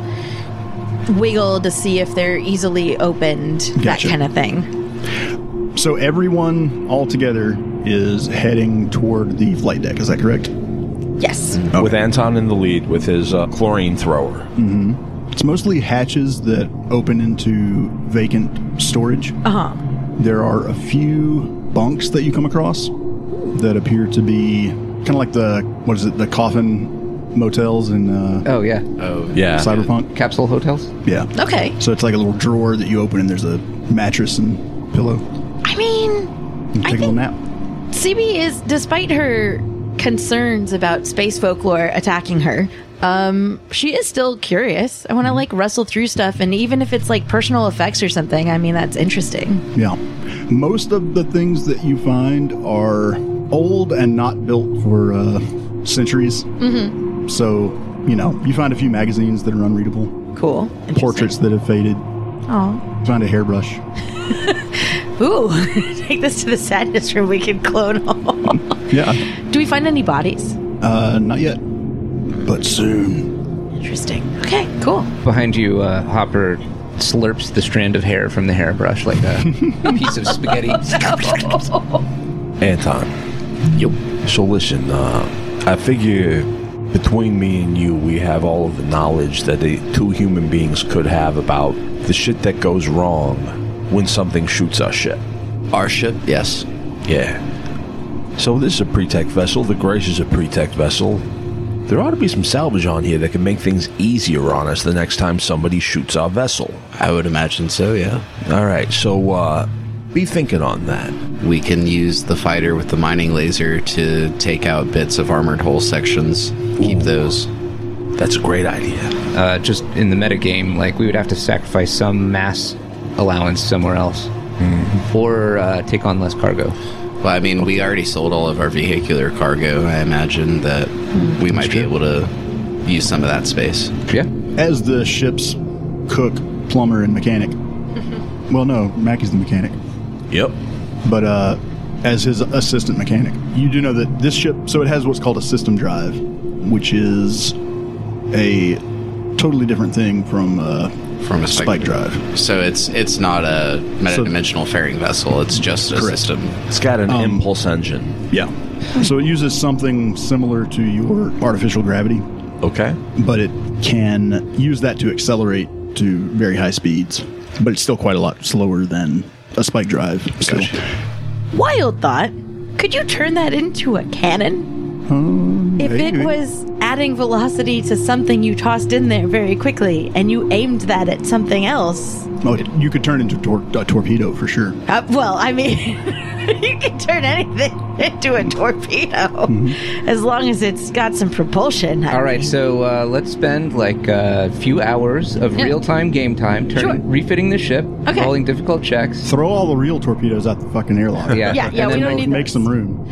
wiggle to see if they're easily opened, that
Gotcha.
kind of thing.
So everyone all together is heading toward the flight deck. Is that correct?
Yes.
With Anton in the lead with his uh, chlorine thrower.
It's mostly hatches that open into vacant storage.
Uh huh.
There are a few bunks that you come across that appear to be kind of like the what is it? The coffin motels in uh,
Oh, yeah.
Yeah.
Cyberpunk.
Capsule hotels?
Yeah.
Okay.
So it's like a little drawer that you open and there's a mattress and pillow.
I mean,
You can
I
take a little
think-
nap.
CB is, despite her concerns about space folklore attacking her, um, she is still curious. I want to like wrestle through stuff, and even if it's like personal effects or something, I mean, that's interesting.
Yeah. Most of the things that you find are old and not built for uh, centuries. Mm-hmm. So, you know, you find a few magazines that are unreadable,
Cool.
portraits that have faded,
Oh.
you find a hairbrush.
Ooh. *laughs* Take this to the sadness room. We can clone all.
Yeah.
Do we find any bodies?
Uh, not yet, but soon.
Interesting. Okay. Cool.
Behind you, uh, Hopper slurps the strand of hair from the hairbrush like a piece of spaghetti.
Anton. Yep. So listen, uh, I figure between me and you, we have all of the knowledge that the two human beings could have about the shit that goes wrong when something shoots our ship.
Our ship, yes.
Yeah. So this is a pre-tech vessel. The Grace is a pre-tech vessel.
There ought to be some salvage on here that can make things easier on us the next time somebody shoots our vessel.
I would imagine so, yeah.
All right, so uh, be thinking on that.
We can use the fighter with the mining laser to take out bits of armored hull sections. Keep those.
That's a great idea.
Uh, just in the metagame, like we would have to sacrifice some mass allowance somewhere else, or uh, take on less cargo.
Well, I mean, we already sold all of our vehicular cargo. I imagine that we might be able to use some of that space.
Yeah.
As the ship's cook, plumber, and mechanic. well, no, Mackey's the mechanic,
Yep.
but uh, as his assistant mechanic. You do know that this ship, so it has what's called a system drive, which is a totally different thing from uh,
From a spike-
spike drive.
So it's it's not a metadimensional fairing vessel. It's just a
Correct.
system.
It's got an
Um,
impulse engine.
Yeah. So it uses something similar to your artificial gravity,
Okay.
but it can use that to accelerate to very high speeds. But it's still quite a lot slower than a spike drive. So
Wild thought. Could you turn that into a cannon? if it
maybe.
was adding velocity to something you tossed in there very quickly and you aimed that at something else.
oh, you could turn into tor- a torpedo for sure.
Uh, well, I mean, *laughs* you can turn anything into a torpedo
Mm-hmm.
as long as it's got some propulsion. I
All right, so uh, let's spend like a few hours of
Yeah.
real-time game time, turn,
Sure.
refitting the ship,
Okay.
rolling difficult checks.
Throw all the real torpedoes out the fucking airlock.
Yeah,
Yeah,
and then
yeah, we don't
we'll-
need
Make some room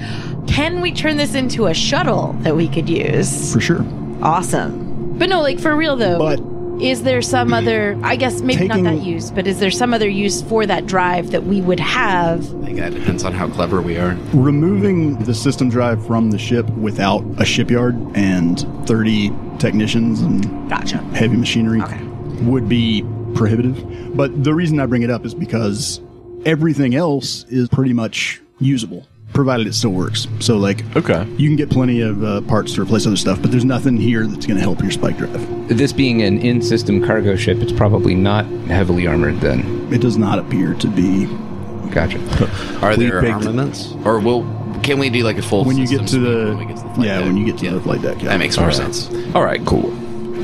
Can we turn this into a shuttle that we could use?
for sure.
Awesome. But no, like for real though.
But-
is
*clears throat*
there some other? I guess maybe
Taking-
not that use, but is there some other use for that drive that we would have?
I think that depends on how clever we are.
Removing the system drive from the ship without a shipyard and 30 technicians and
Gotcha.
heavy machinery
Okay.
would be prohibitive. But the reason I bring it up is because everything else is pretty much usable, provided it still works. So, like,
Okay.
you can get plenty of uh, parts to replace other stuff, but there's nothing here that's going to help your spike drive.
This being an in-system cargo ship, it's probably not heavily armored then.
It does not appear to be.
Gotcha.
Are
We
there
picked-
armaments, or will can we do like a full
When you get
systems
to
meeting when
the,
we get to the flight
yeah,
deck?
when you get to
Yeah.
the flight deck, yeah.
that makes more sense.
All right, cool.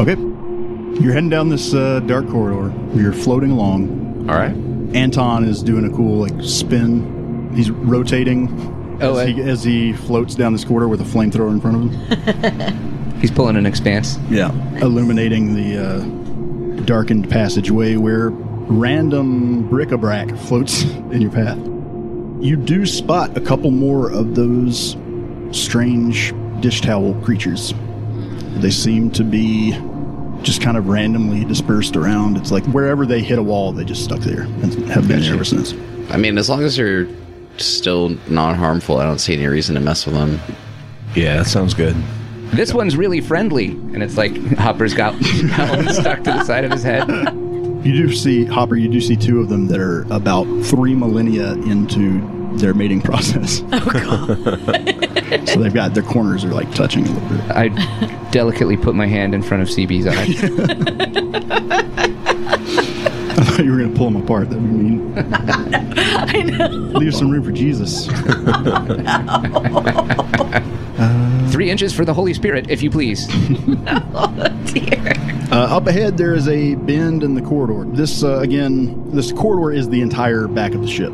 Okay, you're heading down this uh, dark corridor. You're floating along.
All right.
Anton is doing a cool like spin. He's rotating as,
Oh, uh,
he, as he floats down this corridor with a flamethrower in front of him.
He's pulling an expanse.
Yeah, illuminating the uh, darkened passageway where random bric-a-brac floats *laughs* in your path. You do spot a couple more of those strange dish towel creatures. They seem to be just kind of randomly dispersed around. It's like wherever they hit a wall, they just stuck there and have been there ever since.
I mean, as long as they're still not harmful, I don't see any reason to mess with them.
Yeah, that sounds good.
This one's really friendly, and it's like Hopper's got *laughs* got one stuck to the side of his head.
You do see Hopper. You do see two of them that are about three millennia into their mating process. Oh god! *laughs* so they've got their corners are like touching a little bit. *laughs*
I delicately put my hand in front of CB's eye.
I thought you were gonna pull them apart. That would *laughs* mean leave some room for Jesus.
Three inches for the Holy Spirit, if you please.
Uh, up ahead, there is a bend in the corridor. This uh, again, this corridor is the entire back of the ship,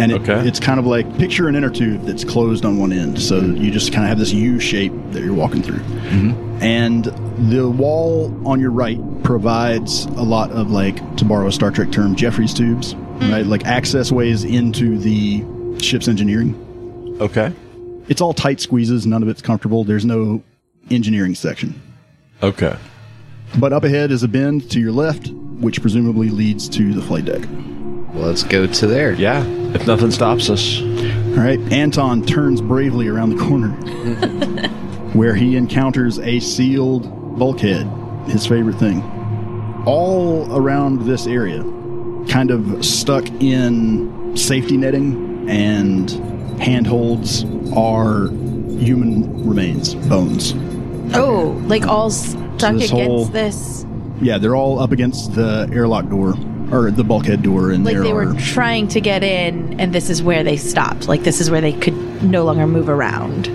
and it,
Okay.
it's kind of like picture an inner tube that's closed on one end. So you just kind of have this U shape that you're walking through, and the wall on your right provides a lot of like, to borrow a Star Trek term, Jeffrey's tubes, right? Like access ways into the ship's engineering.
Okay.
It's all tight squeezes. None of it's comfortable. There's no engineering section.
Okay.
But up ahead is a bend to your left, which presumably leads to the flight deck.
Well, let's go to there.
Yeah. If nothing stops *laughs* us.
All right, Anton turns bravely around the corner, where he encounters a sealed bulkhead, his favorite thing. All around this area, kind of stuck in safety netting and handholds, are human remains, bones.
Oh, like all stuck
this
against
whole-
this.
Yeah, they're all up against the airlock door or the bulkhead door, and
Like
there
they
are
were trying to get in, and this is where they stopped. Like this is where they could no longer move around.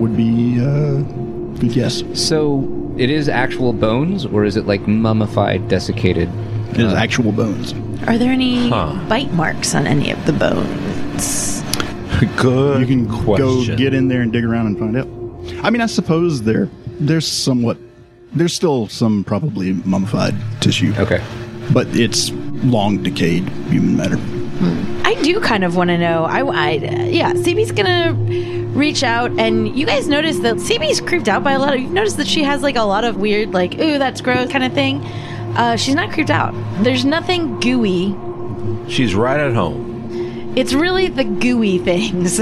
would be uh, But yes,
So it is actual bones, or is it like mummified, desiccated?
it
Uh,
is actual bones.
Are there any bite marks on any of the bones?
Good.
You can
question.
go get in there and dig around and find out. I mean, I suppose there there's somewhat there's still some probably mummified tissue.
Okay.
but it's long decayed human matter.
I do kind of want to know. I, I yeah, CB's gonna reach out, and you guys notice that CB's creeped out by a lot of. You've noticed that she has like a lot of weird, like ooh, that's gross kind of thing. Uh, she's not creeped out. There's nothing gooey.
She's right at home.
It's really the gooey *laughs* things.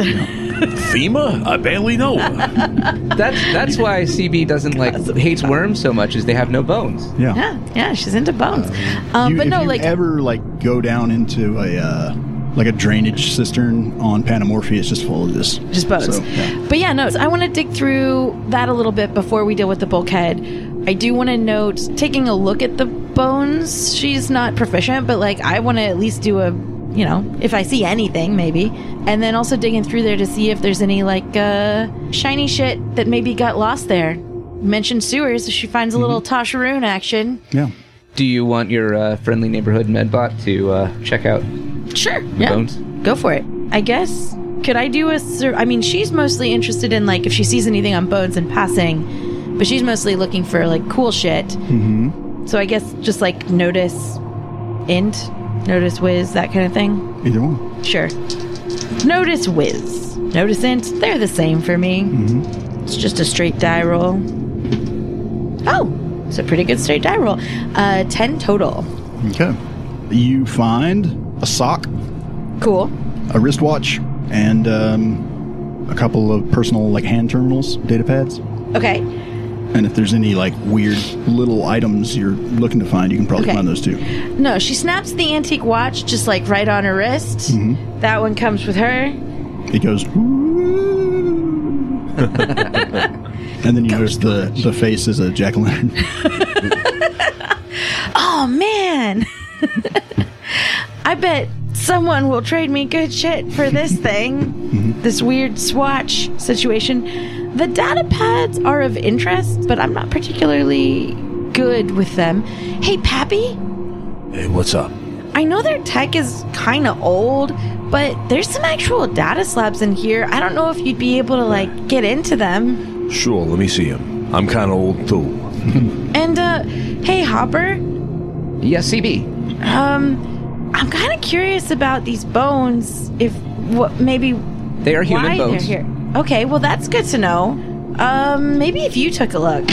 FEMA? I barely know.
*laughs*
her.
That's that's why CB doesn't like hates worms so much is they have no bones.
Yeah.
yeah, yeah, she's into bones. Um,
You-
but
if
no,
you
like
ever like go down into a uh, like a drainage cistern on Panamorphia, it's just full of this.
just bones.
So, yeah.
But yeah, no, so I want to dig through that a little bit before we deal with the bulkhead. I do want to note taking a look at the bones. She's not proficient, but like I want to at least do a, you know, if I see anything, maybe, and then also digging through there to see if there's any like uh, shiny shit that maybe got lost there. Mentioned sewers, so she finds a
Mm-hmm.
little Tasharoon action.
yeah.
Do you want your uh, friendly neighborhood medbot to uh, check out?
Sure. Yeah.
bones?
Go for it. I guess. Could I do a sur- I mean, she's mostly interested in like if she sees anything on bones and passing, but she's mostly looking for like cool shit. Mm-hmm. So I guess just like notice, int, notice whiz, that kind of thing.
Either one.
Sure. Notice whiz, notice int. They're the same for me. Mm-hmm. It's just a straight die roll. Oh, it's a pretty good straight die roll. Uh, ten total.
Okay. You find a sock,
Cool.
a wristwatch, and um, a couple of personal like hand terminals, data pads.
Okay.
And if there's any like weird little items you're looking to find, you can probably
Okay.
find those too.
No, she snaps the antique watch just like right on her wrist. That one comes with her.
It goes. and then you notice the, the face is a jack o' lantern.
Oh man! *laughs* I bet someone will trade me good shit for this thing. this weird swatch situation. The data pads are of interest, but I'm not particularly good with them. Hey, Pappy,
hey, what's up?
I know their tech is kind of old, but there's some actual data slabs in here. I don't know if you'd be able to like get into them.
Sure, let me see him. I'm kind of old too.
And uh hey Hopper,
Yes, CB.
um I'm kind of curious about these bones if what maybe
They are human
why
bones.
they're here. Okay, well that's good to know. Um maybe if you took a look.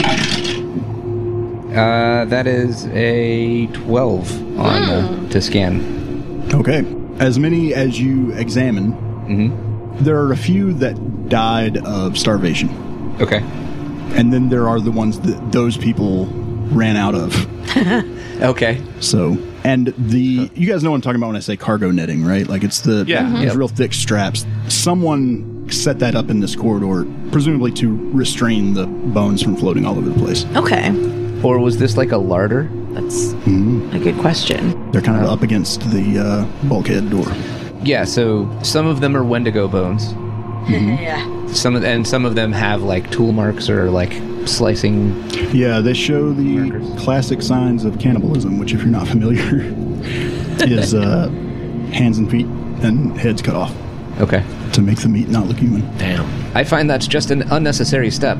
Uh, that is a twelve on
Hmm.
uh, to scan.
Okay. As many as you examine, there are a few that died of starvation.
Okay.
And then there are the ones that those people ran out of.
Okay.
So, and the, you guys know what I'm talking about when I say cargo netting, right? Like it's the,
Yeah.
those
Yep.
real thick straps. Someone set that up in this corridor, presumably to restrain the bones from floating all over the place.
Okay.
Or was this like a larder?
That's a good question.
They're kind of up against the uh, bulkhead door.
Yeah. So some of them are Wendigo bones.
*laughs* yeah.
Some of, and some of them have like tool marks or like slicing.
Yeah, they show the
Markers.
classic signs of cannibalism, which, if you're not *laughs* familiar, is uh, hands and feet and heads cut off
Okay.
to make the meat not look human.
Damn.
I find that's just an unnecessary step.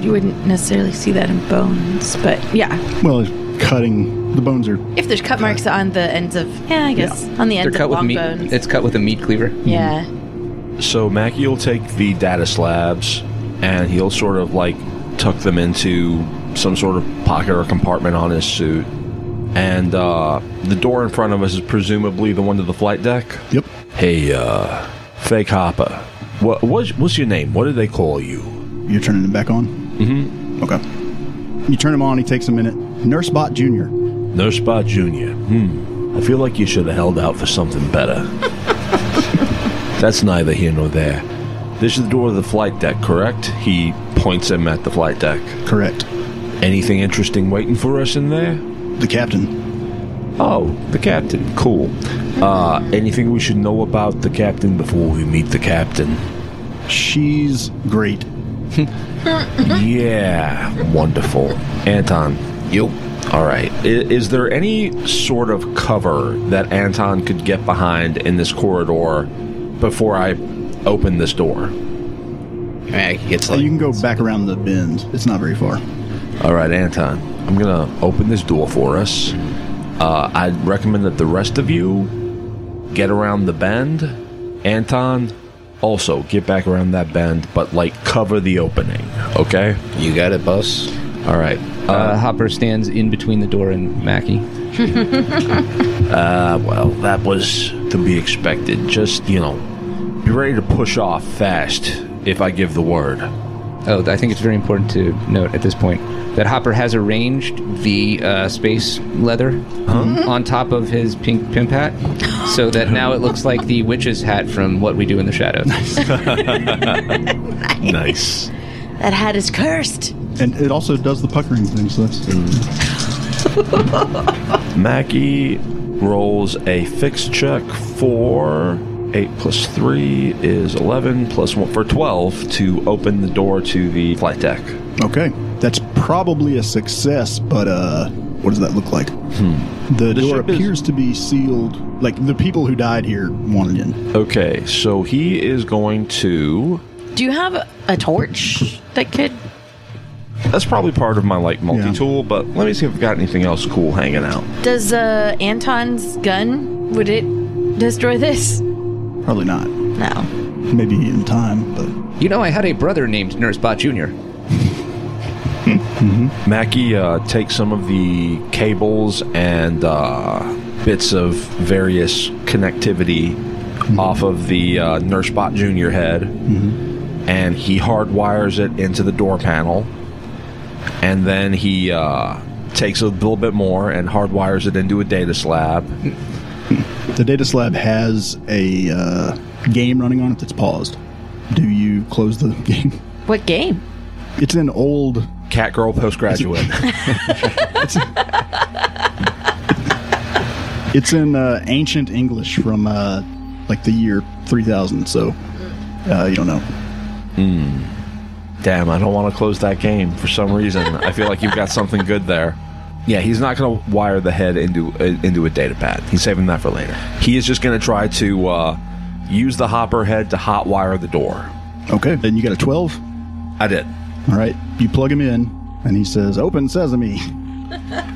You wouldn't necessarily see that in bones, but yeah.
Well, it's cutting the bones are.
If there's cut marks on the ends of yeah, I guess on the
They're
ends
cut
of
with
long
meat.
bones.
It's cut with a meat cleaver.
yeah.
So Mackie will take the data slabs and he'll sort of like tuck them into some sort of pocket or compartment on his suit. And uh, the door in front of us is presumably the one to the flight deck.
Yep.
Hey, uh, fake Hopper. What, what's, what's your name? What do they call you?
You're turning them back on? Mm hmm. Okay. You turn them on, he takes a minute. Nursebot Jr.
Nursebot Jr. Hmm. I feel like you should have held out for something
*laughs*
better. That's neither here nor there.
This is the door to the flight deck, correct? He points him at the flight deck.
Correct.
Anything interesting waiting for us in there?
The captain.
Oh, the captain. Cool.
Uh, anything we should know about the captain before we meet the captain?
She's great.
yeah, wonderful. Anton.
Yo.
All right. I- Is there any sort of cover that Anton could get behind in this corridor before I open this door?
I mean, I could get to,
Uh, you can
like,
go back around the bend. It's not very far.
All right, Anton. I'm gonna open this door for us. Uh, I'd recommend that the rest of you get around the bend. Anton, also get back around that bend, but like cover the opening. Okay.
You got it, boss.
All right.
Uh, Hopper stands in between the door and Mackie.
Uh, well, that was to be expected. Just you know, be ready to push off fast if I give
*laughs*
the word.
Oh, I think it's very important to note at this point that Hopper has arranged the uh, space leather on top of his pink pimp hat, so
*gasps*
that now it looks like the witch's hat from What We Do in the Shadows.
Nice.
That hat is cursed.
And it also does the puckering thing, so that's
Mackie rolls a fixed check for 8 plus 3 is 11 plus 1 for 12 to open the door to the flight deck.
okay. That's probably a success, but uh, what does that look like? The, door
ship is-
appears to be sealed. Like the people who died here wanted in.
Okay, so he is going to.
Do you have a torch that could?
That's probably part of my like multi tool, but let me see if I've got anything else cool hanging out.
Does uh, Anton's gun? Would it destroy this?
Probably not.
No.
Maybe in time, but
you know, I had a brother named Nurse Bot Junior.
Mackie uh, takes some of the cables and uh, bits of various connectivity off of the uh, Nursebot Junior head, and he hardwires it into the door panel. And then he uh, takes a little bit more and hardwires it into a data slab.
the data slab has a uh, game running on it that's paused. Do you close the *laughs* game?
What game?
It's an old.
Catgirl postgraduate.
It's in uh, ancient English from uh, like the year 3000. So uh, you don't know.
Damn, I don't want to close that game for some reason. I feel like you've got something good there. Yeah, he's not going to wire the head into uh, into a data pad. He's saving that for later. He is just going to try to uh, use the hopper head to hotwire the door.
Okay, then you got a 12.
I did.
All right, you plug him in, and he says, "Open sesame,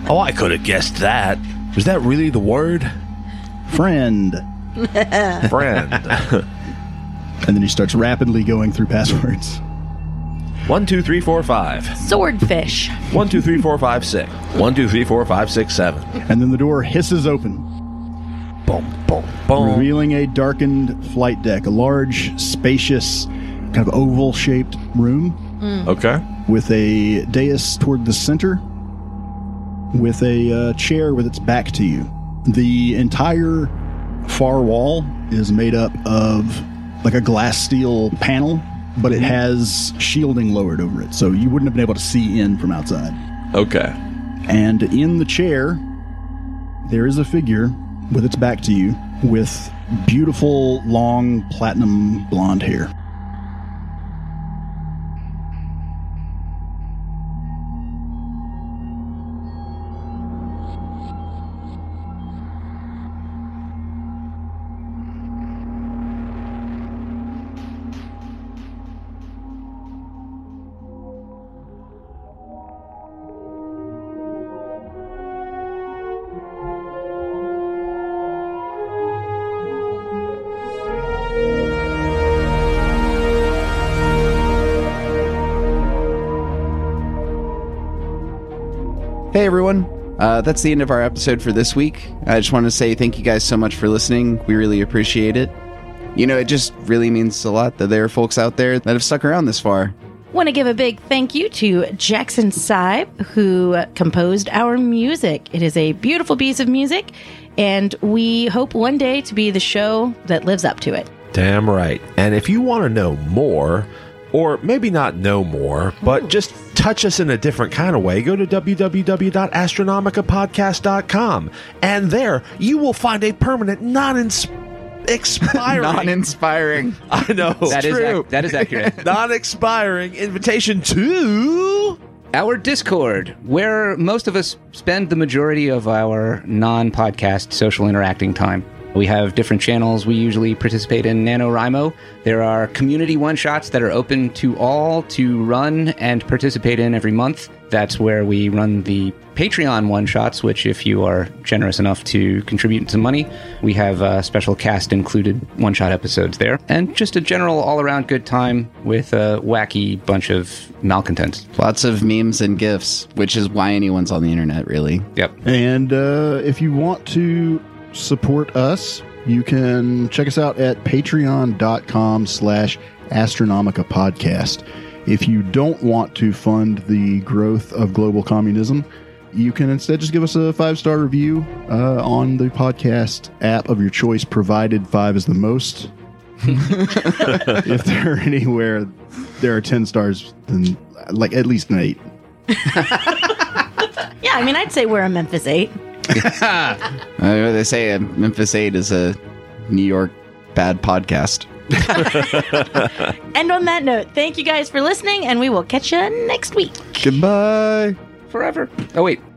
Oh, I could have guessed that. Was that really the word?
friend."
Friend.
And then he starts rapidly going through *laughs* passwords.
One, two, three, four, five.
Swordfish.
One, two, three, four, five, six. One, two, three, four, five, six, seven.
And then the door hisses open,
Boom, boom, boom.
revealing a darkened flight deck, a large, spacious, kind of oval-shaped room
Okay.
with a dais toward the center, with a uh, chair with its back to you. The entire far wall is made up of like a glass steel panel, but it has shielding lowered over it, so you wouldn't have been able to see in from outside.
Okay.
And in the chair, there is a figure with its back to you with beautiful, long, platinum blonde hair.
Hey everyone. Uh, that's the end of our episode for this week. I just want to say thank you guys so much for listening. We really appreciate it. You know, it just really means a lot that there are folks out there that have stuck around this far.
Want to give a big thank you to Jackson Sibe, who composed our music. It is a beautiful piece of music, and we hope one day to be the show that lives up to it.
Damn right. And if you want to know more, or maybe not know more, but just touch us in a different kind of way, go to www.astronomicapodcast.com. And there you will find a permanent, non
*laughs*
expiring.
non-inspiring.
I know.
That is ac-
true.
that is accurate.
*laughs*
non expiring invitation to
our Discord, where most of us spend the majority of our non podcast social interacting time. We have different channels. We usually participate in NaNoWriMo. There are community one shots that are open to all to run and participate in every month. That's where we run the Patreon one shots, which, if you are generous enough to contribute some money, we have uh, special cast included one shot episodes there. And just a general all around good time with a wacky bunch of malcontents.
Lots of memes and gifs, which is why anyone's on the internet, really.
Yep.
And uh, if you want to support us, you can check us out at patreon.com slash astronomica podcast. If you don't want to fund the growth of global communism, you can instead just give us a five star review uh, on the podcast app of your choice, provided five is the most. if they're anywhere, there are 10 stars, then like at least an eight.
Yeah, I mean, I'd say we're a Memphis 8.
Uh, they say uh, Memphis 8 is a New York bad podcast.
And on that note, thank you guys for listening, and we will catch you next week.
Goodbye.
forever. Oh wait,